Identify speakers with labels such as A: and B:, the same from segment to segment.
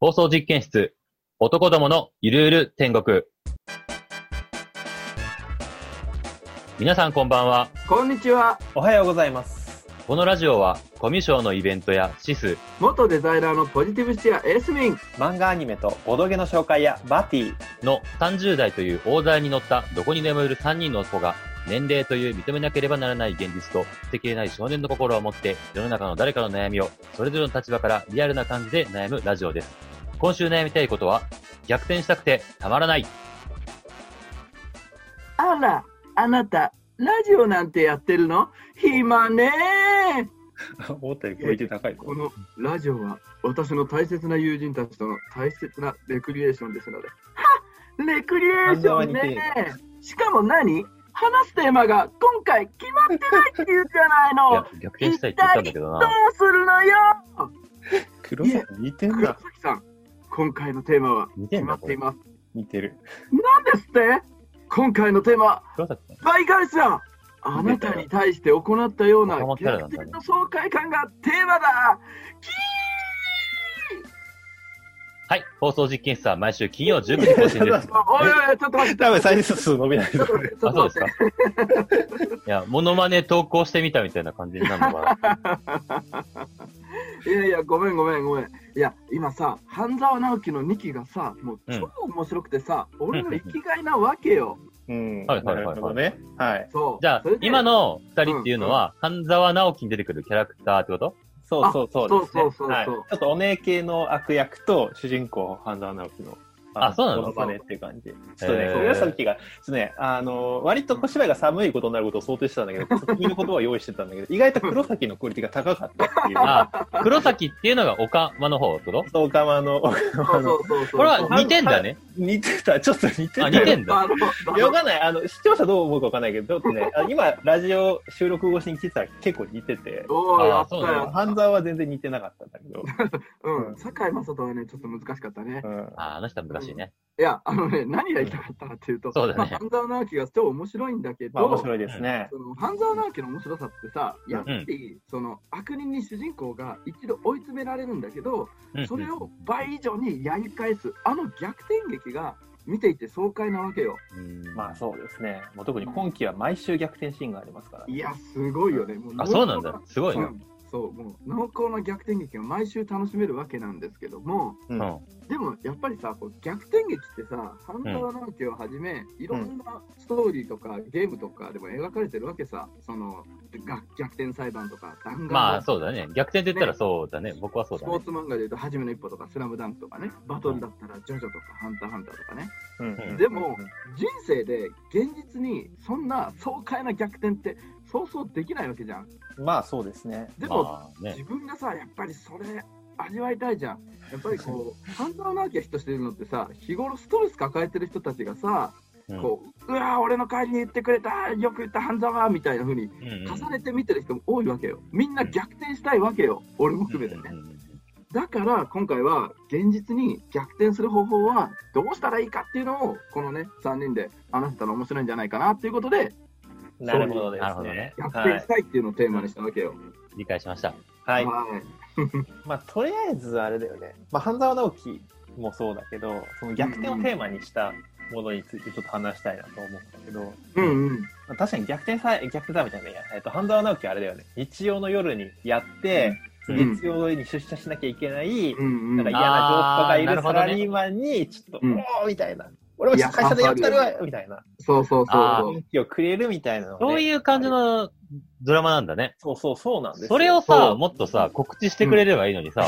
A: 放送実験室、男どものゆるゆる天国。皆さんこんばんは。
B: こんにちは。
C: おはようございます。
A: このラジオは、コミュ障のイベントやシス、
B: 元デザイナーのポジティブシアエースミン。
C: 漫画アニメとボドゲの紹介やバティ、
A: の30代という大台に乗ったどこに眠る3人の男が年齢という認めなければならない現実と捨てきれない少年の心を持って世の中の誰かの悩みをそれぞれの立場からリアルな感じで悩むラジオです。今週悩みたいことは逆転したくてたまらない。
B: あら、あなた、ラジオなんてやってるの暇ねー。
C: 大手
B: クオリテ
C: ィ高い
B: このラジオは私の大切な友人たちとの大切なレクリエーションですので。はレクリエーションねしかも何話すテーマが今回決まってないって言うじゃない
A: い
B: の
A: や。、逆転したいって言ったんだけど
B: ど
A: な。
B: うするのよ
C: 黒
B: 崎
C: 似て
B: 黒崎さん、今回のテーマは
A: 似て
B: 決
A: ん
B: ま
A: だ
B: っ
A: こ
B: てい
A: れ。
B: ます。
C: 似てる。
B: なんですって今回のテーマは
A: 黒崎さん。
B: 倍返しだあなたに対して行ったような
A: 仲間キャラ
B: 逆
A: なんだね
B: 転の爽快感がテーマだ
A: はい、放送実験室は毎週金曜19時更新です。
B: あおいおいおい、ちょっと待って、
C: 多分再生数伸びない
B: ちょっと待って、ち ょ
A: あ、そ
B: っ
A: う
B: と
A: で
B: 待
A: す
B: って
A: か。いや、モノマネ投稿してみたみたいな感じになるのかな。
B: いやいや、ごめんごめんごめん。いや、今さ、半沢直樹の2期がさ、もう
A: うん
B: 超面白くてさ、俺の生きがいなわけ よ。
C: うん。
A: はいはいはいはい
C: なるほどね。はい。
B: そう。
A: じゃあ
B: それ、で
A: 今、の二人っていうのは、半沢直樹に出てくるキャラクターってこと
C: そうそうそう
B: そう
C: ですね
B: そうそうそう
C: はいちょっとお姉系の悪役と主人公、半沢直樹の。
A: あそうなの
C: モノマネっていう感じ。ちょっと
A: へー
C: ね、黒崎が、ちょっとね、あの、割と小芝居が寒いことになることを想定してたんだけど、君の言葉を用意してたんだけど、意外と黒崎のクオリティが高かったっていう。
A: あ、黒崎っていうのがオカマの方ってこと
C: そう、かまの、
B: そうそうそうそう。
A: これは似てんだね。
C: 似てた、ちょっと似て
A: あ、
C: た。
A: 似てんだ。
B: あの、
C: いやわかんない。あの、視聴者どう思うかわかんないけど、ちょっとね、あ今、ラジオ収録越しに聞いてたら結構似てて、
B: おー、や
A: あ
B: った
A: そうなんだ
B: よ。
C: 半沢は全然似てなかったんだけど、
B: うん、堺雅人はね、ちょっと難しかったね
C: う。ん。
A: あ、あの人は難しいね。
B: いや、あのね、何が言いたかったかっていうと、
A: そうだね
B: まあ半沢直樹が超面白いんだけど、
C: まあ面白いですね。
B: その半沢直樹の面白さってさ、
C: うん
B: やっぱりその悪人に主人公が一度追い詰められるんだけど、
A: うん
B: それを倍以上にやり返す、あの逆転劇が見ていて爽快なわけよ。
A: うん
C: まあそうですね。もう特に今期は毎週逆転シーンがありますから、ね。
B: いや、すごいよね。もう
A: あ、そうなんだ。すごい
B: 濃厚
A: な
B: なう。んそう、もう濃厚な逆転劇を毎週楽しめるわけなんですけども、
C: う
A: うんん。
B: でもやっぱりさ、こう逆転劇ってさ、半沢直樹をはじめ、いろんなストーリーとかゲームとかでも描かれてるわけさ、そのが逆転裁判とか、弾丸
A: まあ、そうだね。逆転って言ったらそうだね。僕はそう
B: ス
A: だ
B: ポ
A: ね
B: ー。ツ漫画でいうと、はじめの一歩とか、スラムダンクとかね、バトルだったら、ジョジョとか、ハンターハンターとかね、
C: うんうんうん
B: でも人生で現実にそんな爽快な逆転って、そうそうできないわけじゃん。
C: まあそうですね。
B: でも、
A: まあね
B: 自。分がさ、やっぱりそれ、味わいたいじゃん。やっぱりこ う、半沢直樹がヒットしてるのってさ、日頃ストレス抱えてる人たちがさ、
A: うん
B: こう、うわー、俺の代わりに言ってくれた、よく言った半沢みたいな風に、
A: うんうん
B: 重ねて見てる人も多いわけよ。みんな逆転したいわけよ。俺も含めてね。だから今回は現実に逆転する方法はどうしたらいいかっていうのをこのね3人で話せたら面白いんじゃないかなっていうことで
C: なるほどです
A: なるほどね
C: ね。
B: 逆
C: は
B: 転
C: い
B: し。たいっていうのをテーマにしたわけよ。
A: 理解しました。
C: はい。
B: はい
C: まあとりあえずあれだよね。まあ半沢直樹もそうだけど、その逆転をテーマにしたものについてちょっと話したいなと思うんだけど、
B: うんうん。
C: まあ確かに逆転さ、逆転だみたいな、いや、えっと、半沢直樹あれだよね。日曜の夜にやって、
B: うん
C: 月曜に出社しなきゃいけない、
B: うんう
C: なんか
B: ん
C: 嫌。な上司とかい
A: あーなる
C: る
A: ほ
C: サ
A: どね
C: ラリーマンに、ちょっ
B: う
C: と、
B: ん
C: おーみたいな。俺も会社でやったるわみたいな。
B: そうそう
A: あ
B: そ
A: ー
B: うそう。
C: 元気をくれるみたいなの
A: そう
C: う。
A: いう感じのドラマなんだね。
C: そうそう、そうなんですよ
A: それを
B: そ
A: さ、
B: う
A: もっとさ、告知してくれればいいのにさ、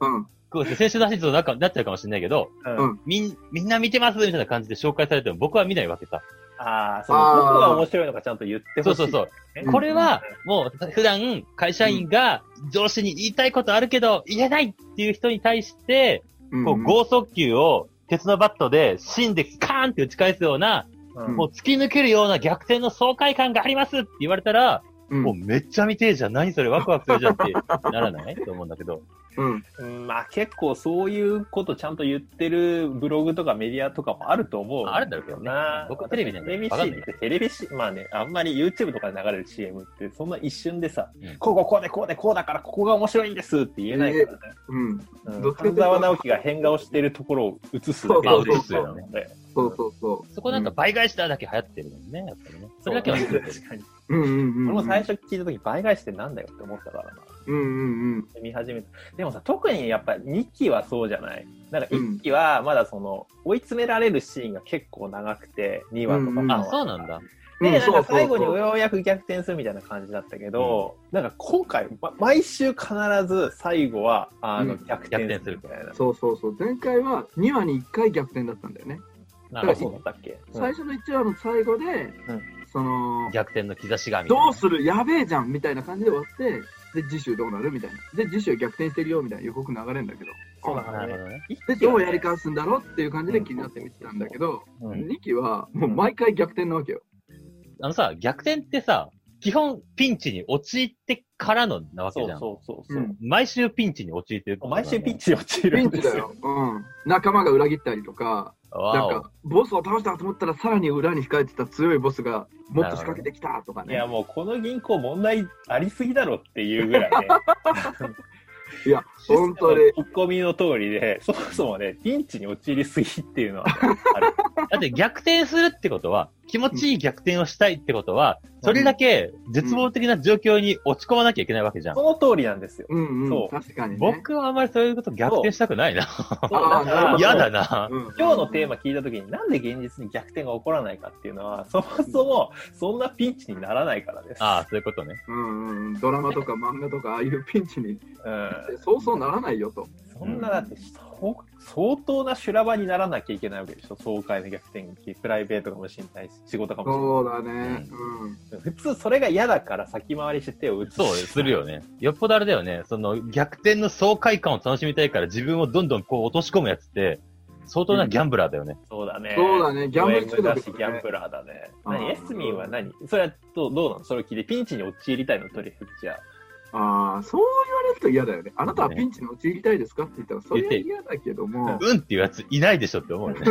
B: うん
A: こう先週の話となんかなっちゃうかもしれないけど、
C: う
B: うん
C: ん。
A: みん、みんな見てますみたいな感じで紹介されても僕は見ないわけさ。
C: ああ、その、
B: あー
C: 僕は面白いのかちゃんと言って
A: そ
C: ほ
A: う
C: しい。
A: そうそう。
B: うん
A: これは、もう普段会社員が上司に言いたいことあるけど、言えないっていう人に対して、
B: うん。
A: こう、剛速球を鉄のバットで芯でカーンって打ち返すような、
C: うん
A: もう突き抜けるような逆転の爽快感がありますって言われたら、
B: うん
A: もうめっちゃ見てえじゃん。何それワクワクするじゃんってならないと思うんだけど。
B: うん。
C: うんまあ結構そういうことちゃんと言ってるブログとかメディアとかもあると思う。
A: まああるんだろうけどね
C: な。
A: 僕はテレビじゃない
C: テレビ
A: わ
C: C
A: かんない
C: ってテレビ C、まあね、あんまり YouTube とかで流れる CM って、そんな一瞬でさ、
A: うん
C: こうこうこうでこうでこうだからここが面白いんですって言えないからね。
B: うん。
C: うん
B: どっちかという
C: 半
B: と
C: 沢直樹が変顔してるところを映すだけ
A: まあ
B: そうそうそう
A: 映すよね。
C: ね。
B: そうそうそう。
A: そこなんか倍返しただけ流行ってるのにね、やっぱりね。それだけは
C: 確
A: 言ってる。
C: かに。
B: うんうんうん。
C: 俺も最初聞いた時倍返しってなんだよって思ったからな。
B: うんうんうん。
C: 見始めたでもさ特にやっぱ2期はそうじゃないなんか1期はまだその追い詰められるシーンが結構長くて2話とか
B: うんうん
C: 3話
A: あ、
C: とか
A: そうなんだ。
B: うん
C: でなん
B: そう
C: か
B: そう
C: 最後にようやく逆転するみたいな感じだったけど、なんか今回、ま毎週必ず最後はあの
B: うん
C: 逆転するみたいな、
B: そうそうそう。前回は2話に1回逆転だったんだよね。
A: な
C: なん
A: か
C: んか
A: そ
C: そううだったっけ、うん
B: 最初の1話の最後で、
C: ん
B: その、
A: 逆転の兆しがみたいな。
B: どうするやべえじゃんみたいな感じで終わって、で、次週どうなるみたいな。で、次週逆転してるよみたいな予告流れるんだけど。
C: そうだから
A: な
C: ね
A: るほどね。
B: で、どうやり返すんだろうっていう感じで気になって見てたんだけど、
A: うん
B: 2期はもう毎回逆転なわけよ。
A: あのさ、逆転ってさ、基本ピンチに陥ってからのなわけ
C: そ
A: じ
C: う
A: ゃん。
C: そうそうそう、
A: 毎週ピンチに陥ってる。
C: 毎週ピンチに陥
B: ピ
C: るん
B: ン
C: で
B: チ
C: す
B: だよ。
C: よ
B: うん。仲間が裏切ったりとか、な
A: わ
B: ん
A: お。
B: か、ボスを倒したと思ったら、さらに裏に控えてた強いボスが、もっと仕掛けてきたとか
C: い
B: ね
C: や。もうこの銀行問題ありすぎだろっていうぐらいね
B: いや、本当に。
C: ツッコミの通りでそもそもねピンチに陥りすぎっていうのはある
A: だって逆転するってことは、気持ちいい逆転をしたいってことは、それだけ絶望的な状況に落ち込まなきゃいけないわけじゃん
C: そ。の通りなんですよ
B: うんう
C: そ
B: ん、
C: う
B: 確かにね。
A: 僕はあんまりそういうこと逆転したくないな。
C: そうだから
B: あー
A: 嫌だ な。
B: うん
C: 今日のテーマ聞いたときに、なんで現実に逆転が起こらないかっていうのは、そもそもそんなピンチにならないからです。
A: ああ、そういうことね。
B: うんうんうん、ドラマとか漫画とか、ああいうピンチに、
C: うん、
B: そうそうならないよと。
C: そんなだって、そう相当な修羅場にならなきゃいけないわけでしょ、爽快な逆転劇、プライベートかもしれないし、仕事かも
B: そうだね。うん。
C: しれない。普通、それが嫌だから先回りして手を打つ。
A: そう、するよね。よっぽどあれだよね。その、逆転の爽快感を楽しみたいから自分をどんどんこう落とし込むやつって、相当なギャンブラーだよね。
C: そうだね。
B: そうだね、ギャンブル中
C: だ
B: 毒
C: し、ギ
B: だ
C: ャン
B: ね。
C: ブラーだね。
B: うん
C: 何エスミンは何それはどうどうなのそれを聞いて、ピンチに陥りたいの、とりあえずじゃあ。
B: ああ、そう言われると嫌だよね。あなたはピンチに陥りたいですかって言ったら、それは
A: 言って
B: 嫌だけども、
A: うんっていうやついないでしょって思うよね。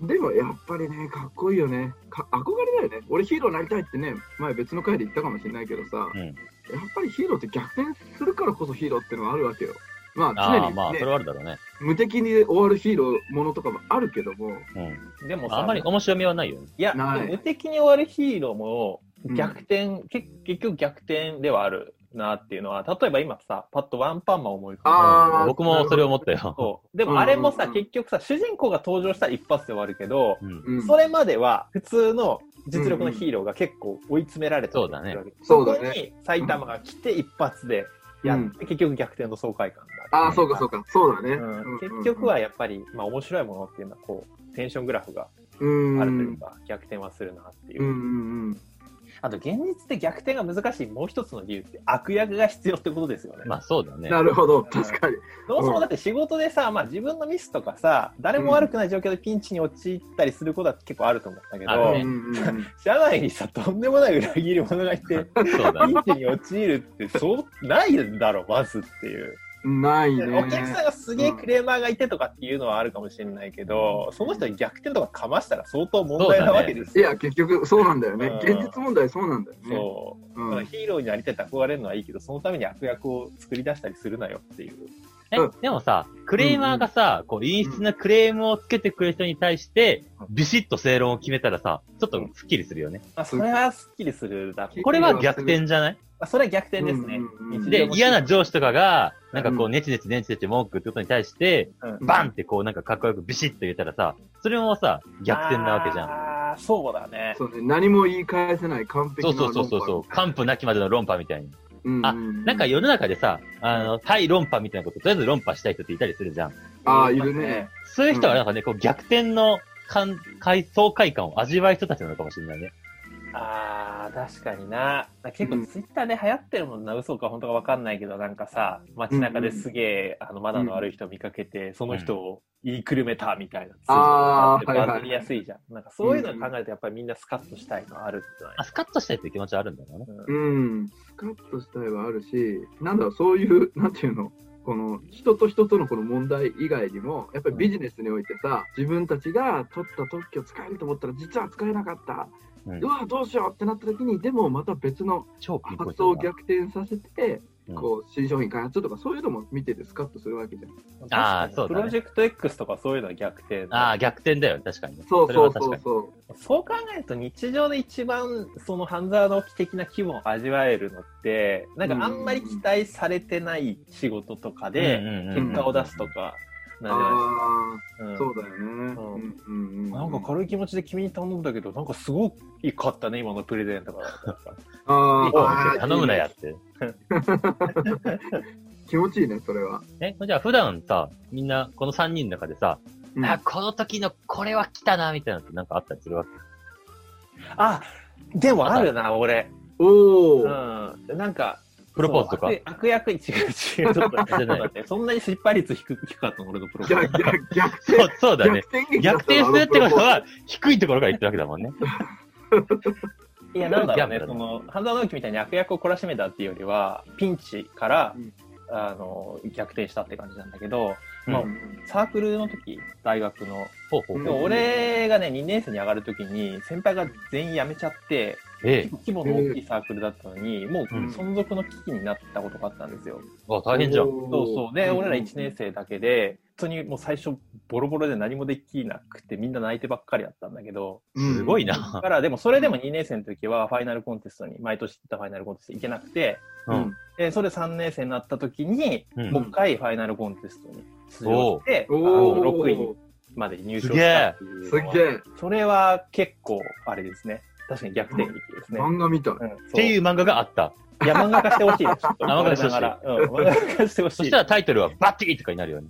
B: でもやっぱりね、かっこいいよね。か憧れだよね。俺ヒーローになりたいってね、前別の回で言ったかもしれないけどさ、
A: うん
B: やっぱりヒーローって逆転するからこそヒーローってのはあるわけよ。まあ
A: あ
B: 常
A: あ、
B: に、
A: まあ、そ
B: ね
A: れはあるだろうね。
B: 無敵に終わるヒーローものとかもあるけども、
A: うん。
C: でもさ
A: あんまり面白みはないよね。
C: いや、
B: ない
C: 無敵に終わるヒーローも
B: うん
C: 逆転、け結局逆転ではあるなっていうのは、例えば今さ、パッとワンパンマン思い浮か
B: あー
A: 僕もそれを思ったよ
C: べ。そう。でもあれもさ、
B: うんうんうん
C: 結局さ、主人公が登場したら一発で終わるけど、
A: うん。
B: うん
C: それまでは普通の実力のヒーローが結構追い詰められてる
A: そうだね
C: わけ
B: そうだね
C: こに埼玉が来て一発でやって、
B: うん
C: 結局逆転の爽快感だ
B: ああ、そうかそうか、そうだね。
C: うん、結局はやっぱり、まあ、面白いものっていうのはこうテンショングラフが
B: うん、
C: あるというか、逆転はするなっていう
B: うんうんうん。
C: あと現実で逆転が難しいもう一つの理由って悪役が必要ってことですよね。
A: まあ、そうだね。
B: なるほど、確かに。
C: そもそもだって仕事でさ、まあ、自分のミスとかさ誰も悪くない状況でピンチに陥ったりすることは結構あると思ったけど、
A: あるね
B: うんうんうん
C: 社内にさとんでもない裏切り者がいて
A: そうだ
C: ピ
A: ね。
C: ンチに陥るってそうないんだろまずっていう。
B: ないね。
C: お客さんがすげえクレーマーがいてとかっていうのはあるかもしれないけど、その人に逆転とかかましたら相当問題なわけです
B: い
C: よ。
B: や、結局、そうなんだよね。
C: うん
B: 現実問題、そうなんだよね。
C: そう
B: う
C: だから
B: ん、
C: ヒーローになりたいって憧れるのはいいけど、そのために悪役を作り出したりするなよっていう。
A: え
B: うん、
A: でもさ、クレーマーがさ、こう、陰湿なクレームをつけてくる人に対して、ビシッと正論を決めたらさ、ちょっとスッキリするよね。
C: まあ、それはすっきりするだけ。
A: これは逆転じゃない
C: まあ、それは逆転ですね。
B: うんうんうん
A: で、嫌な
C: 状
A: 上司とかが、なんかこ
B: う
A: う、ネチネチネチネチ文句ってことに対して、
C: うん
A: バンってこう、なんかかっこよくビシッと言えたらさ、それもさ、逆転なわけじゃん。
C: ん。あーそうだね。
B: そうね、何も言い返せない完璧
A: そ
B: な
A: うそうそうそうそう、完膚なきまでの論破みたいに。
B: うん
A: あ
B: な
A: なんか世の中でさ、あの、対論破みたいなこと、とりあえず論破したい人っていたりするじゃん。
B: ああ、いるね。。
A: そういう人はなんかね、こう、逆転の感、快爽快感を味わう人たちなのかもしれないね。
C: あー確かにな結構ツイッターで流行ってるもんな、嘘か本当か分かんないけどなんかさ街中ですげえ、あの肌の悪い人見かけて、その人を言いくるめたみたいなツイートがって
B: あーはいはい
C: バズりやすいじゃん、なんかそういうのを考えるとやっぱりみんなスカッとしたいのあるってない
A: あ、スカッとしたいっていう気持ちはあるんだろうね。
B: うん、スカッとしたいはあるし、なんだろう、そういう、 なんていうの、この人と人とのこの問題以外にも、やっぱりビジネスにおいてさ、自分たちが取った特許使えると思ったら、実は使えなかった、
A: う
B: うんわ、どうしようってなった時に、でもまた別の
A: 超ピンポイ
B: 発
A: ン
B: 想
A: ト
B: を
A: だな。
B: 逆転させて、
A: うん
B: こう新商品開発とか、そういうのも見てて、スカッとするわけじゃん。
A: あーそうだね
C: プロジェクト X とかそういうのは逆転
A: ああ、逆転だよね、確かにね。
B: そう
A: れ
B: そ
A: は
B: う
A: 確
B: そ
A: か
B: う
A: に。
B: そう。
C: そう考えると日常で一番その半沢直樹的な気分を味わえるのってなんかあんまり期待されてない仕事とか
A: うん
C: で
A: うんうんうん
C: 結果を出すとかなんじゃない
B: あ
C: です
B: あ、
C: か
B: そうだよね。うんうんうん
C: うん。なんか軽い気持ちで君に頼んだけどなんかすごいかったね今のプレゼントが
B: あ
A: いい顔見
B: ー
A: て頼むなやって。
B: 気持ちいいね、それは。
A: え、じゃあ普段さ、みんなこの3人の中でさ、
B: うん
A: あ、この時のこれは来たな、みたいなのってなんかあったりするわけ
C: あでもあるな俺
B: お
C: う
B: ー
C: んなんか
A: プロポーズとか
C: そう。悪悪役に違う違うちょっとそ うだねそんなに失敗率低低かったの俺のプロポー
B: 逆
C: ズ
B: 逆逆転
A: そう、そうだ ね。
B: 転劇だ
A: 逆
B: ったの
A: 転するってことは、低いところから言ってるわけだもんね。
C: いや、なんだろう
A: ギ
C: ね
A: ャンブル、
C: その、半沢直樹みたいに悪役を懲らしめたっていうよりは、ピンチから、
B: うん
C: あの、逆転したって感じなんだけど、
A: うん
C: まあ、サークルの時、大学の、
A: ほうほう
C: で
A: ほう。
C: も俺がね、2年生に上がる時に、先輩が全員辞めちゃって、
A: ええ。
C: 規模の大きいサークルだったのに、もう
A: うん
C: 存続の危機になったことがあったんですよ。
A: あ、大変じゃん。
B: そ
C: そうそう。で、俺ら1年生だけで、本当にもう最初、ボロボロで何もできなくて、みんな泣いてばっかりだったんだけど、
A: すごい。な
C: だ。から、でもそれでも2年生の時はファイナルコンテストに、毎年行ったファイナルコンテスト行けなくて、
A: う
B: うんん。
C: でそれで3年生になった時に、
A: うん
C: もう一回ファイナルコンテストに出場して、あ
B: お
C: の
B: お
C: 6位まで入賞したっていう
B: す
C: のは
B: っげえ
C: それは結構、あれですね。確かに逆転劇ですね。
B: 漫画みたい。
C: うん、そう
A: っていう漫画があった。
C: いや、漫画化してほし いです。
A: 漫画化してほしい
C: 我ながらうん、漫画化してほし
A: そ
C: い。
A: したらタイトルはバッティーとかになるよね。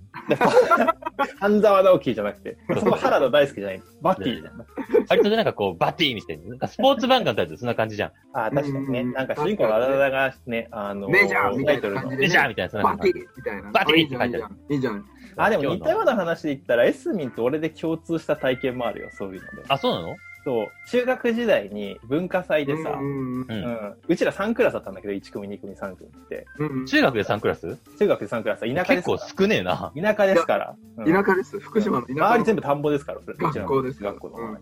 C: 半沢直樹じゃなくて、そこ原田大輔じゃない。バッティじゃない。
A: 割とね、なんかこう、バッティーみたいな。なんかスポーツ漫画のタイトルそんな感じじゃん。
C: あー確かにね。
B: うん
C: なんか主人公のあだ名がね、あの、
B: メジャーみ
C: タ
B: た
C: イ
B: い
C: ト
B: な
C: ル
B: 感じ。
C: の
B: で
A: メ
B: ね。
A: ジャーみたいな、そんな
B: バ
A: 感
B: テ
A: じ
B: ィ。みたいな。
A: バティ
B: あいいじゃん、いい
A: って
B: じ
A: 書
B: ゃん。いいじゃん。
C: あ、でも似たよう
A: な。
C: な話で言ったら、エスミンと俺で共通した体験もあるよ、そういうので。
A: あ、そうなの
C: そう、中学時代に文化祭でさ
B: う、ん
A: う。
C: うんん、うちら3クラスだったんだけど、1組、2組、3組って。
B: うん
A: 中学で3クラス
C: 中学で3クラス、田舎で
A: 結
C: すか
A: 構少ねえな。
C: ら。田舎ですから。うん
B: 田舎です。福島の田舎。
C: 周り全部田んぼですから、それうちら
B: 学校です
C: 学校の。うん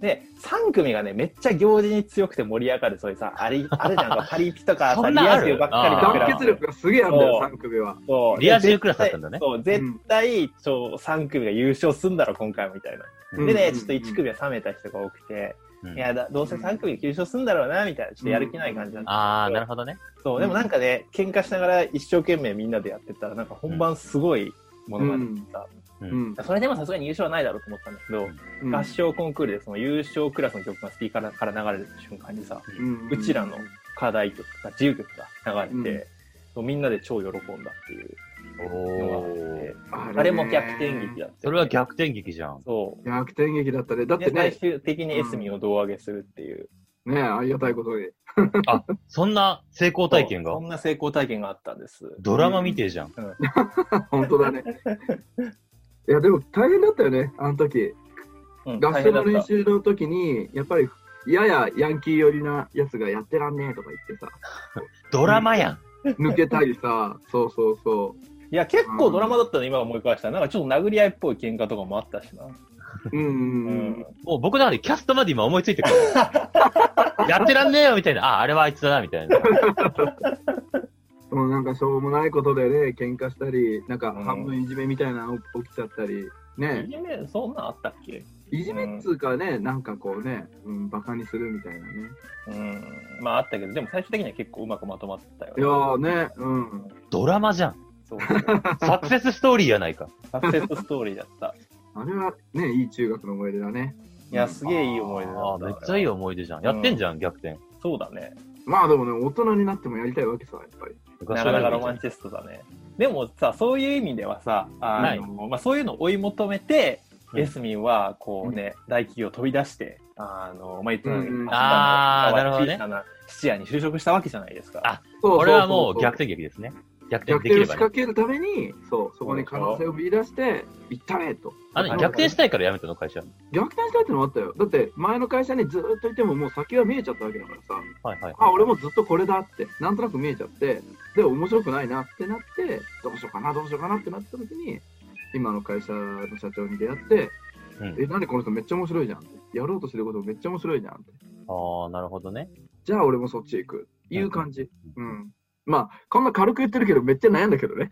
C: で、3組がね、めっちゃ行事に強くて盛り上がる、そういうさ、あれ、あれなんかパリピとか
A: そ
C: さ、
A: ん
C: リ
A: なあ
C: ア
A: る
C: 充ばっかりだ
B: 団
C: から。
B: 結力がすげえあるんだよ、
C: そう
B: 三組は。
C: そう
A: リア充クラスだったんだね
C: そう、絶対、そう、3組が優勝すんだろ、今回はみたいな。
A: うん
C: でね、ちょっと1組は冷めた人が多くて、
A: うん
C: いやだ、どうせ3組優勝すんだろうな、みたいな、ちょっとやる気ない感じだった。
A: あー、なるほどね。
C: そう、でもなんかね、喧嘩しながら一生懸命みんなでやってたら、なんか本番すごいものが出てた。
B: うん
C: それでもさすがに優勝はないだろうと思ったんだけど、
B: うん
C: 合唱コンクールでその優勝クラスの曲がスピーカーから流れる瞬間にさ、
B: うん
C: うちらの課題曲か自由曲が流れて、そうみんなで超喜んだっていうのがあって、
B: あ
C: あれも逆転劇
B: だ。
C: だった、
A: それは逆転劇じゃん。
C: そう。
B: 逆転劇だったね。だって
C: で、最
B: ね、
C: 終的にエスミンを胴上げするっていう。
B: ねありがたいことに。
A: そんな成功体験が
C: そんな成功体験があったんです。
A: ドラマ見てえじゃん。
B: 本当だね。いや、でも大変だったよね、あの時。
C: うん、
B: 合
C: 大
B: 唱
C: 変だ
B: の
C: った
B: 練。習の時に、やっぱり、ややヤンキー寄りなやつがやってらんねえとか言 ってさ、
A: ドラマやん。
B: 抜けたりさ、そうそうそ
C: いや、結構ドラマだったの、今思い返したら。なんかちょっと殴り合いっぽい喧嘩とかもあったしな。
B: う。うんう
C: う
B: んうん。。
A: もう僕の中でキャストまで今思いついてくる。やってらんねえよみたいな。あ、あれはあいつだな、みたいな。
B: もうなんかしょうもないことでね、喧嘩したり、なんか
C: うん
B: 半分いじめみたいなの起きちゃったり、
C: い
B: ね、
C: じめ、そんなんあったっけ
B: いじめっつうかね、なんかこうね、うん、バカにするみたいなね。
C: うん。まああったけど、でも最終的には結構うまくまとまったよ
B: い
C: ね。
B: やーね、うん。
A: ドラマじゃん。
C: そう。サ
A: サクセスストーリーやないか。
C: クセスストーリーだった。
B: あれはね、いい中学の思い出だね。
C: いや、すげえいい思い出だった。
A: あーめっちゃいい思い出じゃん。やってんじゃん、逆転。
C: そうだね。
B: まあでもね、大人になってもやりたいわけさ、やっぱり。
C: なかなかロマンチストだね。でもさ、そういう意味ではさ、あのまあ、そういうのを追い求めて、
A: うん
C: エスミンはこうね、大企業を飛び出して、あの、まあ、言ってたんだけど、
B: うん
A: あーなるほどね
C: 小さな質屋に就職したわけじゃないですか。
A: あ
B: そう
A: これはも
B: そうそ
A: 逆転劇ですね。逆
B: 逆
A: 転でき
B: 転を
A: れ
B: 仕
A: ばね。
B: 掛けるために、そう、そこに可能性を見出して、行ったれと。
A: あの、逆転したいからやめたの、会社。
B: 逆転したいってのもあったよ。だって、前の会社にずーっといても、もう先は見えちゃったわけだからさ、
A: はいはい。
B: あ、俺もずっとこれだって、なんとなく見えちゃって、で、面白くないなってなって、どうしようかな、どうしようかなってなった時に、今の会社の社長に出会って、
A: うん
B: え、何この人めっちゃ面白いじゃんって。やろうとしてることめっちゃ面白いじゃんって。
A: ああ、なるほどね。
B: じゃあ俺もそっち行く。いう感じ。うん。まあ、こんな軽く言ってるけど、めっちゃ悩んだけどね。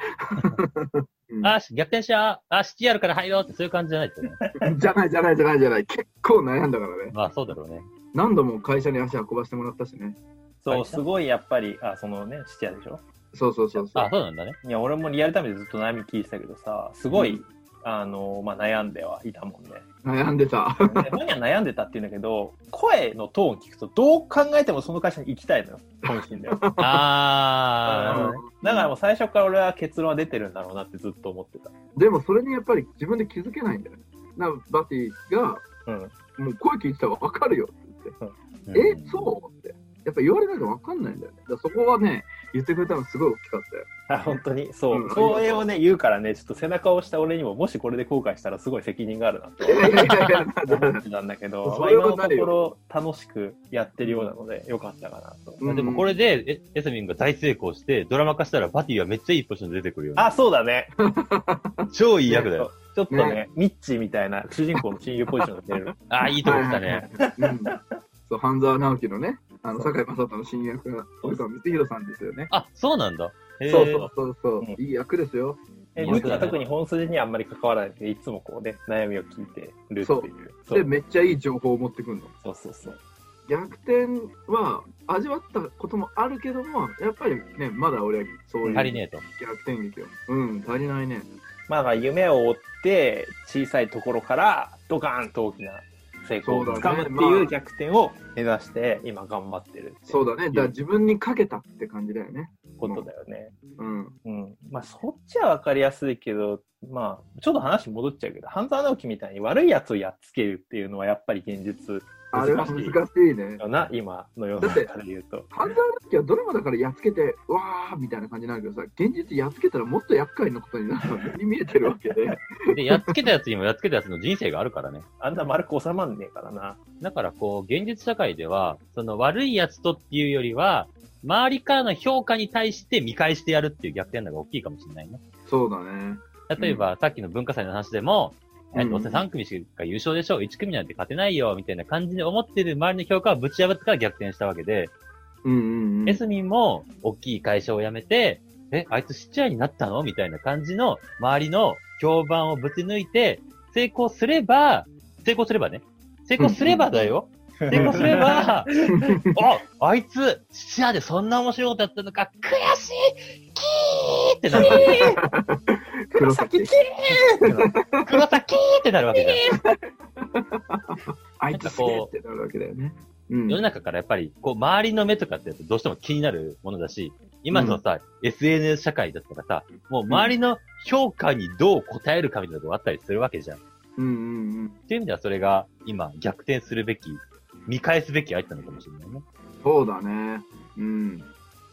B: うん
A: あ、し逆転しや、あ、式やるから入ろうって、そういう感じじゃないです よね。
B: じゃないじゃないじゃないじゃない。結構悩んだからね。
A: まあ、そうだろうね。
B: 何度も会社に足運ばしてもらったしね。
A: は
C: そう、
A: い
C: すごいやっぱり、あ、そのね、質屋でしょ。
B: そうそうそうそう。
A: あ、そうなん だね。
C: いや、俺もリアルタイムでずっと悩み聞いてたけどさ、すご
B: う
C: い、
B: ん
C: あの、まあ、悩んではいたもんね。
B: 悩んでた。
C: で本人は悩んでたって言うんだけど、声のトーン聞くと、どう考えてもその会社に行きたいのよ、本心で は。だか
A: あ
C: う
A: あ
C: ん、らもう最初から俺は結論は出てるんだろうなってずっと思って た。
B: でもそれにやっぱり自分で気づけないんだよね。なバティが、
C: うん。
B: もう声聞いてたらわかるよって
A: う
B: 言
A: ん
B: って、え、そうって。やっぱ言われないとわかんないんだよね。だからそこはね、言ってくれたのすごい大きかったよ。
C: あ本当に、そうう。
B: ん
C: それをね、言うからね、ちょっと背中を押した俺にも、もしこれで後悔したらすごい責任があるな と
B: いやいやいやいや、
C: 思ってたんだけど、
B: そ
C: まあ、
B: れ
C: 今の
B: は
C: と
B: な
C: こ
B: るよ
C: ろ楽しくやってるようなので、よかったかなと。
A: でもこれで、えエスミンが大成功して、ドラマ化したらバティはめっちゃいいポジションで出てくるよね。
C: あ、そうだね。
A: 超いい役だよ。
C: ちょっとね、
B: ね
C: ミッチーみたいな主人公の親友ポジションが 出る。
A: あーいいとこ来たね。
B: うんそう、半沢直樹のね、あの、
C: そう
B: 堺雅人の親役が、及川光弘さんですよね。
A: あ、そうなんだ。へー
B: そうそうそうそう、
C: うん
B: いい役ですよ。
C: え、
A: いい
C: ミ
A: や
C: ッチーは特に本筋にはあんまり関わらないで、いつもこうね、悩みを聞いてるっていう。そ
B: で、
C: う
B: めっちゃいい情報を持ってくるの。
C: そうそうそう。
B: 逆転は味わったこともあるけども、やっぱりね、まだ俺はそういう
A: 足り
B: 逆
A: ねえと。
B: 転劇を。うん、足りないね。
C: まあまあ、夢を追って、小さいところから、ドカーンと大きな成功を
B: そう
C: つ
B: だ
C: か
B: ね
C: むって
B: ま
C: い
B: あ
C: う逆転を目指して、今頑張ってるって
B: そうだね。だから
C: いう
B: 自分にかけたって感じだよね。
C: ことだよね。
B: うん。
C: うん。まあ、そっちはわかりやすいけど、まあ、ちょっと話戻っちゃうけど、半沢直樹みたいに悪いやつをやっつけるっていうのは、やっぱり現実
B: あれは難しいね。
C: よな、今の世の中で言うと。
B: 犯罪の時はドラマだからやっつけて、うわーみたいな感じになるけどさ、現実やっつけたらもっと厄介なことになるのに見えてるわけ で。
A: で、やっつけたやつにもやっつけたやつの人生があるからね。
C: あんな丸く収まんねえからな。
A: だからこう、現実社会では、その悪いやつとっていうよりは、周りからの評価に対して見返してやるっていう逆転のが大きいかもしれないね。
B: そうだね。
A: 例えば、さっきの文化祭の話でも、
B: うん
A: えどうせ3組しか優勝でしょ ?1 組なんて勝てないよみたいな感じで思ってる周りの評価をぶち破ってから逆転したわけで、
B: うんうんうん。
A: エスミンも大きい会社を辞めて、え、あいつちっちゃいになったのみたいな感じの周りの評判をぶち抜いて、成功すれば、成功すればね。成功すればだよ。成功すれ ば、あ、あいつ、シアでそんな面白いことやったのか、悔しいキーってな る。
B: 黒崎。
A: 黒さキーってなるわけじゃん。
B: あいつすげえってなるわけだよね。うん
A: 世の中からやっぱり、こう、周りの目とかってどうしても気になるものだし、今のさ、SNS 社会だったらさ、もう周りの評価にどう応えるかみたいなとこあったりするわけじゃん。っ
B: うんうんうん。
A: ていう意味ではそれが今逆転するべき、見返すべき相手なのかもしれないね。
B: そうだね。うん。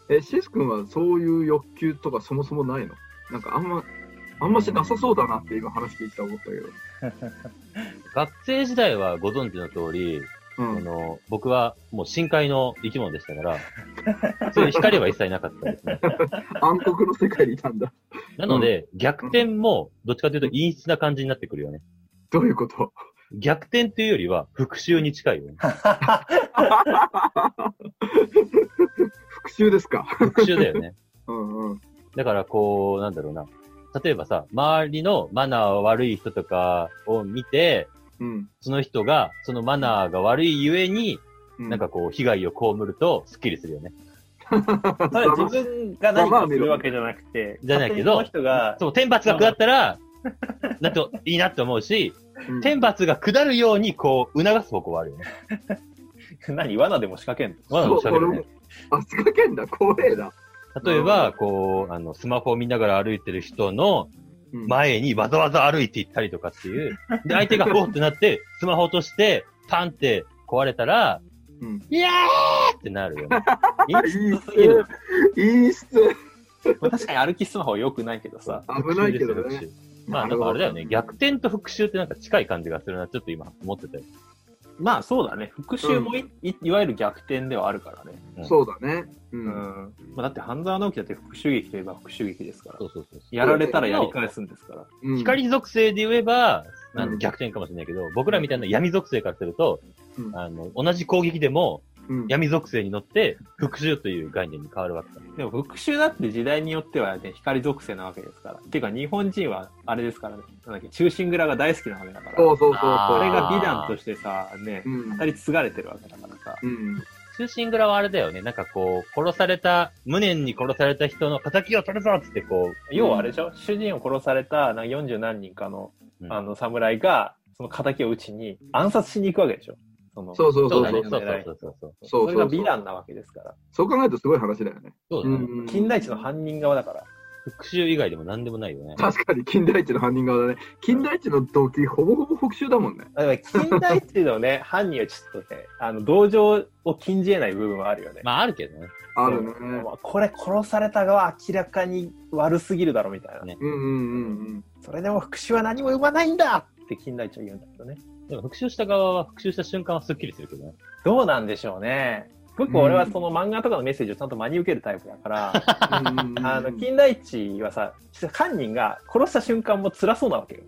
B: え、シス君はそういう欲求とかそもそもないのなんかあんま、あんましなさそうだなって今話聞いて思ったけど。
A: 学生時代はご存知の通り、
B: う
A: あ
B: ん。
A: の、僕はもう深海の生き物でした から、そういう光は一切なかったですね。
B: 暗黒の世界にいたんだ。
A: なので、逆転もどっちかというと陰湿な感じになってくるよね。
B: どういうこと
A: 逆転っていうよりは復讐に近いよね。
B: 復讐ですか。
A: 復讐だよね。
B: うんうん。
A: だからこう、なんだろうな。例えばさ、周りのマナー悪い人とかを見て、
B: うん。
A: その人が、そのマナーが悪いゆえに、
B: うん
A: なんかこう、被害を被ると、スッキリするよね。
C: それは 自分が何かするわけじゃなくて、
A: じゃないけど
C: 勝手にその人が、
A: そう、天罰が下ったら、なんと、いいなって思うし、
B: うん
A: 天罰が下るように、こう、促す方向はあるよね。
C: 何、罠でも仕掛けんの
A: わざと
B: そう、
A: 仕掛け
B: これ
A: る
B: も
A: ね。。
B: あ、仕掛けんだ。怖えだ。
A: 例えば、こう、あの、スマホを見ながら歩いてる人の
B: うん
A: 前にわざわざ歩いていったりとかっていう。で、相手がおってなって、スマホ落として、パンって壊れたら、
B: うん
A: いやーってなるよね。
B: い
A: いい
B: い
A: すぎる。
B: 質、いい質。
C: まあ確かに歩きスマホは良くないけどさ。
B: 危ないけど
A: 復習です
B: ね。
A: よ。復習まあ、なんかあれだよね。逆転と復習ってなんか近い感じがするな、ちょっと今思ってたよ。
C: まあそうだね。復習もい,い、いわゆる逆転ではあるからね。
B: そうだね。う
C: う
B: ん。
C: ん。まあ、だって半沢直樹だって復讐劇といえば復讐劇ですから
A: そ。うそうそうそう。
C: やられたらやり返すんですから。
B: うん、
A: 光属性で言えば、あ
B: う
A: の
B: ん
A: 逆転かもしれないけど、僕らみたいな闇属性からすると、
B: うん
A: あの、同じ攻撃でも
B: うん、
A: 闇属性に乗って復讐という概念に変わるわけだ。
C: でも復讐だって時代によってはね、光属性なわけですから。っていうか日本人はあれですからね。なんだっけ、忠臣蔵が大好きなわけだから。
B: そうそうそうそう。
A: あ
C: あれ
A: ー
C: が美談としてさ、ね
B: う、ん
C: 語り継がれてるわけだからさ。
B: うん。
A: 通信蔵はあれだよね。なんかこう、殺された、無念に殺された人の仇を取るぞっつってこ
C: 要はあれでしょ、主人を殺されたなんか40何人かの,、
A: うん、
C: あの侍がその敵を討ちに暗殺しに行くわけでしょその
B: そうそううそう
A: だ
B: そ
A: ね
B: う。
A: そうそうそうそうそう。
B: そう
C: それが美談なわけですから
B: そう考えるとすごい話だよね。
A: そうだ
B: う
A: ね。
B: ん
C: 金田一の犯人側だから
A: 復讐以外でも何でもないよね。
B: 確かに金田一の犯人側だね。金田一の動機、ほぼほぼ復讐だもんね。
C: だから金田一 のね犯人はちょっとねあの同情を禁じ得ない部分はあるよね、
A: まああるけどね。
B: あるね。
C: そうこれ殺された側明らかに悪すぎるだろみたいな、
A: ね
B: うんうんうんうん。
C: それでも復讐は何も生まないんだって金田一は言うんだけどね
A: でも復讐した側は復讐した瞬間はスッキリするけどね。
C: どうなんでしょうね結構俺はその漫画とかのメッセージをちゃんと真に受けるタイプだから
B: うんうんうん
C: あの、金田一はさ、犯人が殺した瞬間も辛そうなわけよ。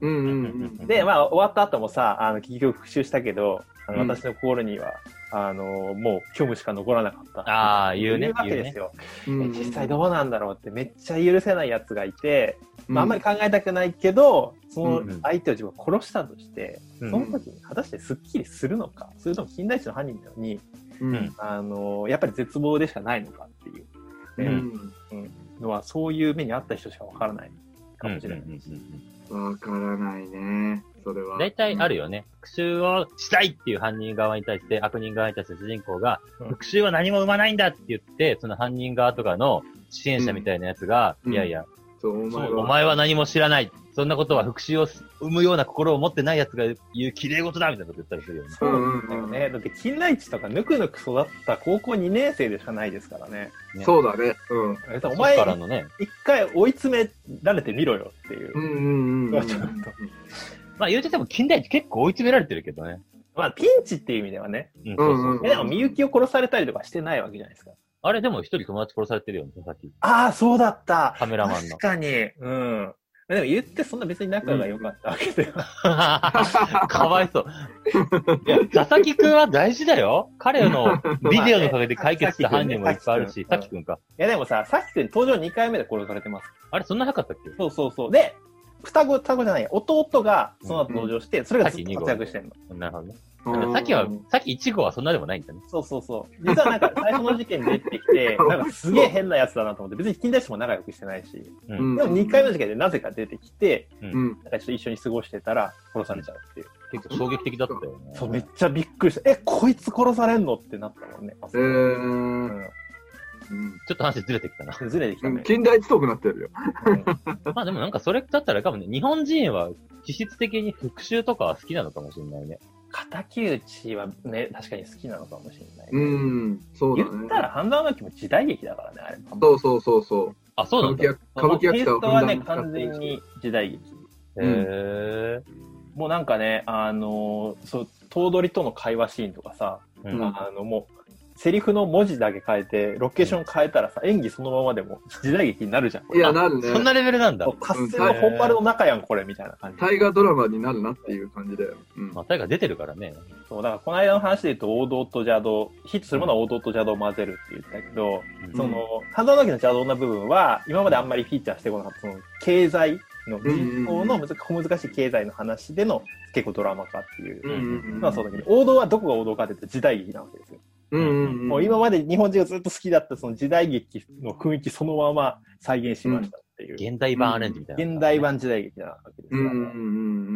B: うんうんうん
C: で、まあ、終わった後もさ、あの、結局復讐したけど、あの
B: うん
C: 私の心には、あの、もう虚無しか残らなかった。
A: ああ言うね
C: 言うわけですよ。
B: うんうん。
C: 実際どうなんだろうって、めっちゃ許せないやつがいて、まあ、あんまり
B: う
C: 考えたくないけど、そ
A: うんう
C: の
A: ん
C: 相手を自分が殺したとして、
A: うん
C: その時に果たしてスッキリするのか、それとも金田一の犯人のように、
A: う
B: ん
A: ん
C: あの、やっぱり絶望でしかないのかっていう
B: う
C: ね
B: ん。
C: のは、そういう目にあった人しかわからないかもしれない。
B: わからないね。それは。
A: 大体ある
B: よ。
A: よね。復讐をしたいっていう犯人側に対して、悪人側に対して主人公が、
C: うん
A: 復讐は何も生まないんだって言って、その犯人側とかの支援者みたいなやつが、
B: うん
A: いやいや、
B: そう、お前
A: お
B: は。
A: 前は何も知らない。そんなことは復讐を生むような心を持ってないやつが言う綺麗事だみたいなこと言ったりするよね。
C: そうなんだよね。だって、金田一とかぬくぬく育った高校2年生でしかないですからね。
A: ね
B: そうだね。うん。
C: お前
A: そっ、からのね。
C: 一回追い詰められてみろよっていうう。
B: んうんうんうん。
C: ちょっ
A: まあ言うてても近代一結構追い詰められてるけどね。
C: まあ、ピンチっていう意味ではね。
A: うん、そうそう
B: うん
A: そう
C: えでも、みゆきを殺されたりとかしてないわけじゃないですか。
A: あれでも一人友達殺されてるよね、さっき。
C: ああ、そうだった。
A: カメラマンの
C: 確。かに。うん。でも言ってそんな別に仲が良かったわけでは。
A: かわいそう。いや、佐々木くんは大事だよ。彼のビデオのおかげで解決した犯人もいっぱいあるし、さ
C: まあ
A: っ
C: ね
A: きくんか。
C: いやでもさ、さっき言ったように登場2回目で殺されてます。
A: あれ、そんな早かったっけ
C: そうそうそう。で、双子、双子じゃないや、弟がその後登場して、それがず
A: さ
C: っ
A: っき
C: と
A: 二号
C: 活躍してんの。
A: なるほどね。
B: うん
A: さっきは、さっき1号はそんなでもないんだね。
C: そうそうそう。実はなんか最初の事件で出てきて、なんかすげえ変なやつだなと思って、別に金田一も仲良くしてないし、
A: う。
B: うんん
C: でも2回目の事件でなぜか出てきて、
B: うん。
C: なんかちょっと一緒に過ごしてたら殺されちゃうっていう。
A: 結構衝撃的だったよね。
C: そう、めっちゃびっくりした。え、こいつ殺されんのってなったもん
B: え
C: ね。う
B: ー。
C: ん
B: うん
A: ちょっと話ずれてきたな。
C: ずれてきたね。
B: 近代一遠くなってるよ。
A: まあでもなんかそれだったらかもね、日本人は気質的に復讐とかは好きなのかもしれないね。
C: 敵討ちはね、確かに好きなのかもしれない。
B: うん。そうだ
C: 言ったら
B: ね。
C: 半沢直樹も時代劇だからね、あれ。
B: そうそうそうそう。
A: あ、そう
B: 歌
A: なん
B: 舞
A: だ。へ
B: 伎役歌舞伎役
C: テイ
B: 者
C: ス
B: を
C: ト
B: ふ
C: は
B: んだん
C: ね、
B: に使っ
C: 完
B: て
C: 全
B: るし。
C: に時代劇。
A: え。
C: もうなんかね、あのーそう、頭取との会話シーンとかさ、
A: うん
B: うん
C: あの、もう、セリフの文字だけ変えて、ロケーション変えたらさ、演技そのままでも時代劇になるじゃん。こ
B: い
C: れ
B: や、なるね。
A: そんなレベルなんだ。
C: 達成の本丸の中やん、これ、みたいな感じ。
B: 大河ドラマになるなっていう感じだよ。うん
A: まあ、タイが出てるからね。
C: そう、だからこの間の話で言うと、王道と邪道、ヒットするものは王道と邪道を混ぜるって言ったけど、
A: うん
C: その、半沢直樹の邪道な部分は、今まであんまりフィーチャーしてこなかった、その、経済の、人口の難し小難しい経済の話での、結構ドラマ化っていう。
B: うんうんうん。
C: まあそうだけど、王道はどこが王道かって言ったら時代劇なわけですよ。
B: うんうんうん。
C: もう今まで日本人がずっと好きだったその時代劇の雰囲気そのまま再現しましたっていう。
A: 現代版アレンジみたいな。
C: 現代。版時代劇なわけです
B: う
C: よ
B: ん
C: ね。
B: うんう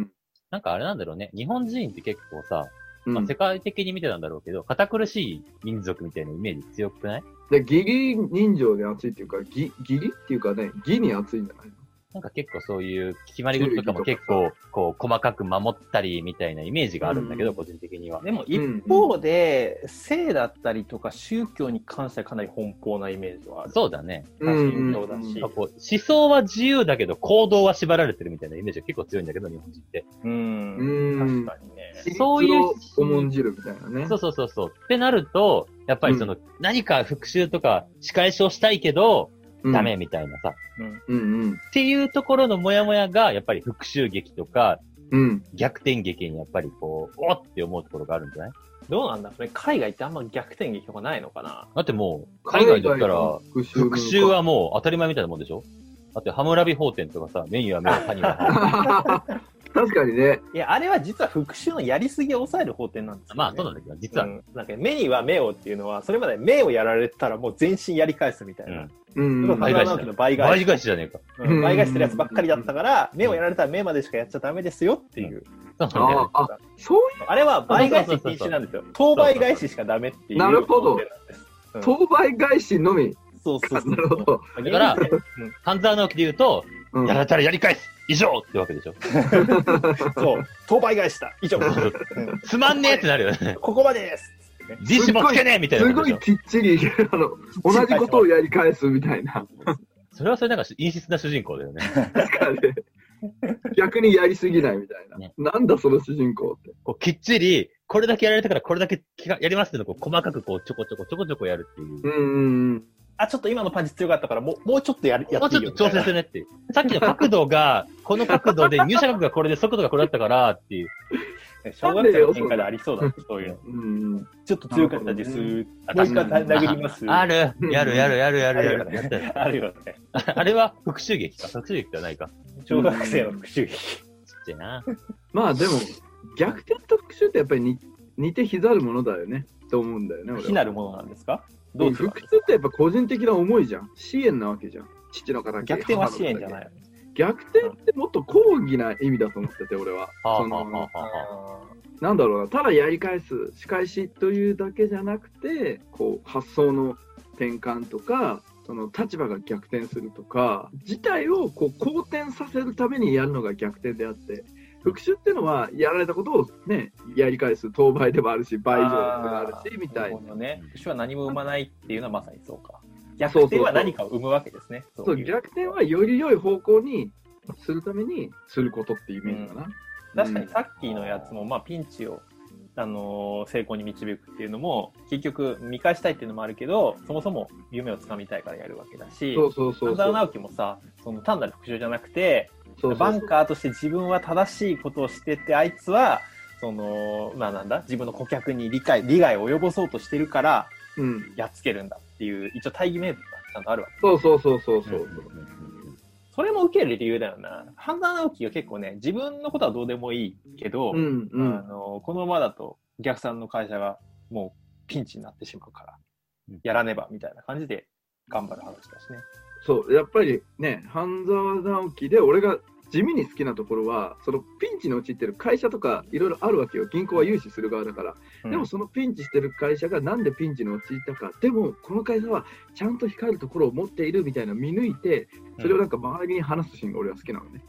B: ん
A: なんかあれなんだろうね。日本人って結構さ、
B: うんう
A: まあ、
B: ん
A: 世。界的に見てたんだろうけど、堅苦しい民族みたいなイメージ強くない
B: で、義理人情で熱いっていうか、義義理っていうかね、義に熱いんじゃない
A: なんか結構そういう決まり事とかも結構、こう、細かく守ったりみたいなイメージがあるんだけど、
B: うん
A: 個人的には。
C: でも一方で、性だったりとか宗教に関してはかなり奔放なイメージはある。
A: そうだね。
C: 宗教だ
A: な
C: し
A: んか。こう思想は自由だけど、行動は縛られてるみたいなイメージが結構強いんだけど、日本人って。
C: うん。
B: うん
C: 確かにね。
A: そういう
B: 秘密を重んじるみたいなね。
A: そうそうそうそう。ってなると、やっぱりその、何か復讐とか仕返しをしたいけど、
B: うん
A: ダメ。みたいなさ。
B: うん
A: っていうところのモヤモヤが、やっぱり復讐劇とか、
B: うん。うん。
A: 逆転劇にやっぱりこう、おっって思うところがあるんじゃない
C: どうなんだろうね。海外ってあんま逆転劇とかないのかな。
A: だってもう、海外だったら、
B: 復
A: 復讐
B: 文化。
A: はもう当たり前みたいなもんでしょだって、ハムラビ法典とかさ、メニューは目は谷は歯
B: 確かにね。
C: いや、あれは実は復讐のやりすぎを抑える法典なん ですよ、ね。
A: まあ、そうなんだけど、実は、
C: うんなんか目には目をっていうのは、それまで目をやられてたらもう全身やり返すみたいうな。
A: ん
B: うん。
C: それこそ
A: 倍
C: 半
A: 返しだ
C: 沢直樹の倍返
A: 倍
C: し。
A: 返しじゃねえか。
C: うん倍返しするやつばっかりだったから、
A: ん
C: 目をやられたら目までしかやっちゃダメですよっていう。
A: そうなんだよね
B: ああそうい
C: あれは倍返し禁止なんですよ。当倍返ししかダメっていう。
B: なるほど
C: なんです。
B: う、当倍返しのみ。
C: そうそうそう。
B: なるほど。
A: だから
C: 現実
A: 半沢直樹で言うと、
B: うん
A: やられたらやり返す以上ってわけでしょ。
C: そう。当倍返しだ。以上。
A: つまんねえってなるよね。
C: ここまでです。
A: 自信もつけねえみたい
B: す
A: なこ
B: ご
A: とでし
B: い
A: ょ。
B: きっちり、あの、同じことをやり返すみたいな。
A: それはそれなんか陰湿な主人公だよね。
B: 確かに逆にやりすぎないみたいな。
A: ね
B: なんだその主人公って。
A: こうきっちり、これだけやられたからこれだけきやりますっていうのをこう細かくこうちょこちょこちょこちょこやるっていう。
B: うんうんうん。
C: あ、ちょっと今のパンチ強かったから、もう、もうちょっとやる、や
A: も
C: っ
A: う
C: て
A: ち
C: い
A: ょ
C: い
A: っ
C: よ
A: と調整するねっていう。さっきの角度が、この角度で、入射角がこれで速度がこれだったからっていう。
C: 小学生の喧嘩でありそうだ、そういうの。
B: うんうん。
C: ちょっと強かったです。もう
A: あ
C: 一
B: 確
C: 回
B: かに
C: 殴ります。
A: ある、やる、やる、やる、やる、やるやったよ。
C: あるよね。
A: あれは復讐劇か。復讐劇ではないか。ち
C: 小学生の復讐劇。
A: っちゃいな。
B: まあでも、逆転と復讐ってやっぱり似似て非ざるものだよね。と思うんだよね、俺は
C: 非なるものなんですかどうですか
B: 復讐ってやっぱ個人的な思いじゃん。支援なわけじゃん。父の敵。。
C: 逆転は支援じゃないい。
B: 逆転ってもっと抗議な意味だと思ってて、俺は。
A: はあ、
B: そ
A: はあ、
B: の
A: は、あ、はあ。
B: なんだろうな、ただやり返す、仕返しというだけじゃなくて、こう、発想の転換とか、その立場が逆転するとか、事態をこう好転させるためにやるのが逆転であって、復讐っていうのは、やられたことをね、やり返す、当倍でもあるし、倍以上でもあるし、みたいな
C: なる。ほどね。復讐は何も生まないっていうのはまさにそうか。逆転は何かを生むわけですね。
B: そう
C: い
B: 逆転はより良い方向にするためにすることっていうイメージかな。
C: 確かにさっきのやつも、まあ、ピンチを、あのー成功に導くっていうのも結局見返したいっていうのもあるけどそもそも夢をつかみたいからやるわけだし
B: そうそうそうそ
C: 半沢
B: う。
C: 直樹もさその単なる復讐じゃなくて
B: そうそうそう
C: バンカーとして自分は正しいことをしててあいつはそのまあなんだ自分の顧客に理解利害を及ぼそうとしてるから
B: うん。
C: やっつけるんだっていう一応大義名分がちゃんとあるわけ
B: そうそうそうそうそう。
C: それも受ける理由だよな半沢直樹が結構ね自分のことはどうでもいいけど、
B: うんう
C: あ
B: ん。
C: のこのままだとお客さんの会社がもうピンチになってしまうから
A: うん
C: やらねばみたいな感じで頑張る話だしね。
B: そう、やっぱりね、半沢直樹で俺が地味に好きなところは、そのピンチに陥ってる会社とかいろいろあるわけよ。銀行は融資する側だから。でもそのピンチしてる会社がなんでピンチに陥ったか、でもこの会社はちゃんと光るところを持っているみたいなの見抜いて、それをなんか周りに話すシーンが俺は好きなのね。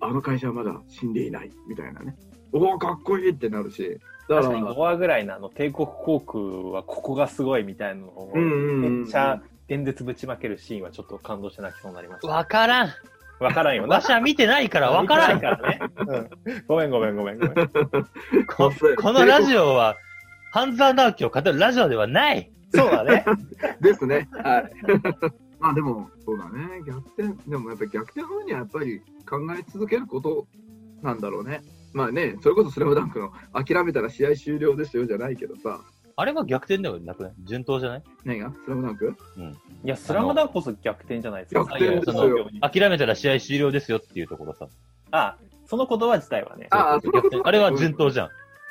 B: あの会社はまだ死んでいないみたいなね。おお、かっこいいってなるし。だか
C: 確かに5
B: ら、
C: 話ぐらいのあの帝国航空はここがすごいみたいなのを
B: うんうんうん
C: めっちゃ伝説ぶちまけるシーンはちょっと感動して泣きそうになりました。
A: わからん。
C: わからんよな
A: わ。しは見てないからわからん
C: 見てないからね。 うんごめんごめんごめんごめん。
A: こ
B: そう
A: このラジオは、半沢直樹を語るラジオではない。
C: そうだね。
B: ですね。はい。 まあでも、そうだね。逆転、でもやっぱり逆転風にはやっぱり考え続けることなんだろうね。まあね、それこそスラムダンクの諦めたら試合終了ですよじゃないけどさ。
A: あれは逆転ではなくない順当じゃない
B: 何がスラムダンク
C: いや、スラムダンクこそ逆転じゃないですか。
B: 逆転です
A: よ
C: 産業に
A: 諦めたら試合終了ですよっていうところさ。
C: あ、その言葉自体はね。
B: ああ、それ
A: 逆
B: こ
A: 転
B: そ。
A: あれは順当じゃん。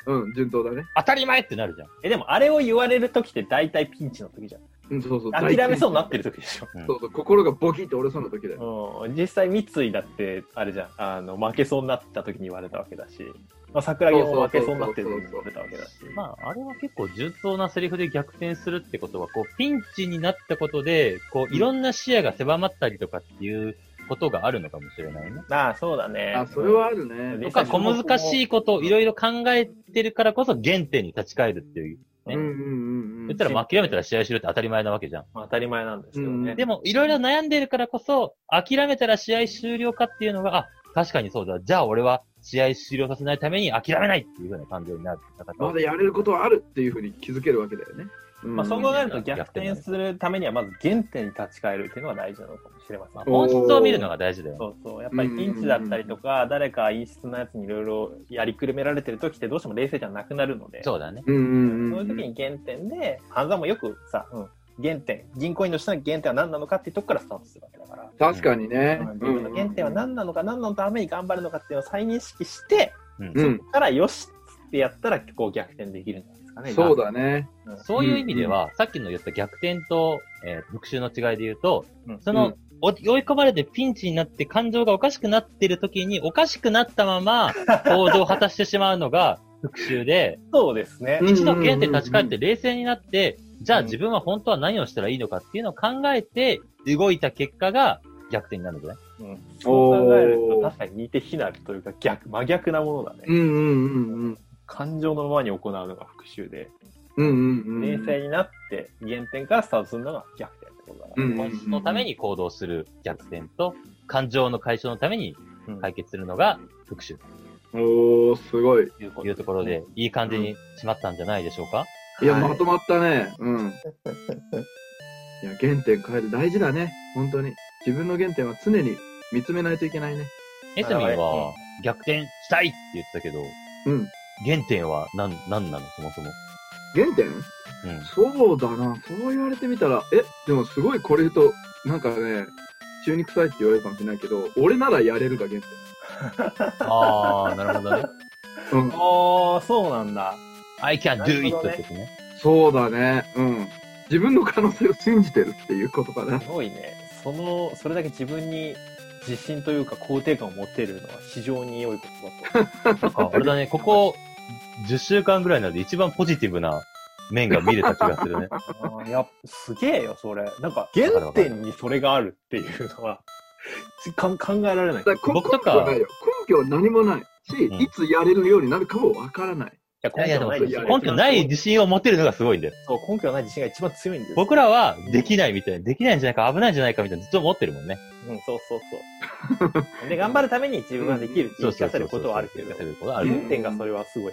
B: うん、順当だね。
A: 当たり前ってなるじゃん。
C: え、でもあれを言われる時って大体ピンチの時じゃん。
B: うん、そうそう。
C: 諦めそうになってる時でし
B: そうそう、心がボキって折れそうな時だよ。
C: ょ。うん。実際三井だって、あれじゃん。あの、負けそうになった時に言われたわけだし、まあ、桜木も負けそうになってる時に言われたわけだし。
A: まあ、あれは結構順当なセリフで逆転するってことは、こう、ピンチになったことで、こう、いろんな視野が狭まったりとかっていうことがあるのかもしれないね。
C: ああ、そうだね。
B: あ、それはあるね。
A: とか、小難しいことをいろいろ考えてるからこそ原点に立ち返るっていう。
B: う
A: ね
B: んうんうん
A: 言
B: うん
A: った。ら、諦めたら試合終了って当たり前なわけじゃん。
C: まあ当たり前なんですけどね。
A: でも、いろいろ悩んでるからこそ、諦めたら試合終了かっていうのが、あ、確かにそうだ。じゃあ俺は試合終了させないために諦めないっていう風な感情になる。
B: まだやれることはあるっていうふうに気づけるわけだよね。うん
C: まあ、そう考えると逆転するためにはまず原点に立ち返るっていうのが大事なのかもしれません。
A: 本質を見るのが大事だよね。
C: そうそう。やっぱりピンチだったりとか、誰か陰湿なやつにいろいろやりくるめられてる時ってどうしても冷静じゃなくなるので、
A: そうだね。
B: うん
C: そう
B: うんうん
C: いう時に原点で、犯罪もよくさ、うん、原点、銀行員の人の原点は何なのかっていうとこからスタートするわけだから。
B: 確かにね。
C: 自分の原点は何なのか、何のために頑張るのかっていうのを再認識して、
A: うん
B: うん
C: そこからよしってやったら、こう逆転できるんじゃないですかね。
B: そうだね。
C: うん
A: そういう意味では、さっきの言った逆転と、えー復讐の違いで言うと、
C: うん
A: その、お追い込まれてピンチになって感情がおかしくなってる時に、おかしくなったまま行動を果たしてしまうのが復讐で、
C: そうですね。
B: うん
A: 一度原点に立ち返って冷静になって、じゃあ自分は本当は何をしたらいいのかっていうのを考えて動いた結果が逆転になるんじゃない
C: うんそう考えると、確かに似て非なるというか、逆、真逆なものだね。
B: うんうんうん
C: 感情のままに行うのが復讐で、
B: うん。うんうんう
C: 冷
B: ん。
C: 静になって原点からスタートするのが逆転ってことだから。
B: うん
A: 本質のために行動する逆転と、感情の解消のために
C: うん
A: 解決するのが復讐
B: おー、すごい。
C: いう
A: というところで、いい感じに締まったんじゃないでしょうか、
B: いや、
C: はい
B: まとまったね。 うん。いや、原点変える大事だね。本当に。自分の原点は常に見つめないといけないね。
A: エスミン
C: はい
A: は逆転したいって言ってたけど、
B: うん。
A: 原点は何、何なのそもそも。
B: 原点
A: うん。
B: そうだな。そう言われてみたら、え、でもすごいこれ言うと、なんかね、中に臭いって言われるかもしれないけど、俺ならやれるが原
A: あー、なるほどね。
B: 点。うん。
C: ああ、そうなんだ。
A: I can do it
C: なるほど
A: っ
C: ね
A: てことね。
B: そうだね。うん。自分の可能性を信じてるっていうことかな
C: す。ごいね。その、それだけ自分に自信というか肯定感を持てるのは非常に良いことだと。
A: なんか、あれだね、ここ10週間ぐらいなので一番ポジティブな面が見れた気がするね。
C: あーいや、すげえよ、それ。なんか、原点にそれがあるっていうのは、 か考えられない。い
B: だから
A: 僕とか
B: 根拠はないよ根拠は何もないし、
A: ん
B: いつやれるようになるかもわからない。
C: や、
A: いやいや、でも、
C: ないですよ
A: 根拠ない自信を持てるのがすごいんだよ。
C: そう、根拠のない自信が一番強いんですよ。
A: 僕らは、できないみたいな、できないんじゃないか、危ないんじゃないかみたいな、ずっと思ってるもんね。
C: うん、そうそう そう。で、頑張るために自分ができるって言い聞かせることはあるけど、
A: そうそうそうそう言い聞かせることはあるけど
C: 原点がそれはすごい。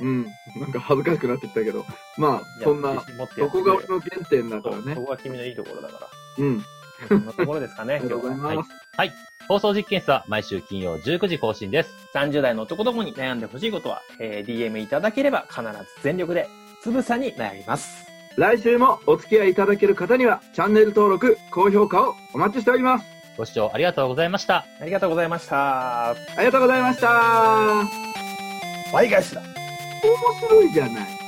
B: うん。なんか恥ずかしくなってきたけど。まあ、そんな、そ
C: そ
B: こが俺の原点だからね
C: そ。こが君のいいところだから。
B: うん。
C: そんなところですか
B: あ
C: ね、
B: りがと
C: 今
B: う
C: 日
B: ござい
C: は。
B: ます。
A: 放送実験室は毎週金曜19時更新です。
C: 30代の男どもに悩んでほしいことは、えー DM いただければ必ず全力で、つぶさに悩みます。
B: 来週もお付き合いいただける方には、チャンネル登録、高評価をお待ちしております。
A: ご視聴ありがとうございました。
C: ありがとうございました。
B: ありがとうございました。面
C: 倍返しだ。
B: 白いじゃない。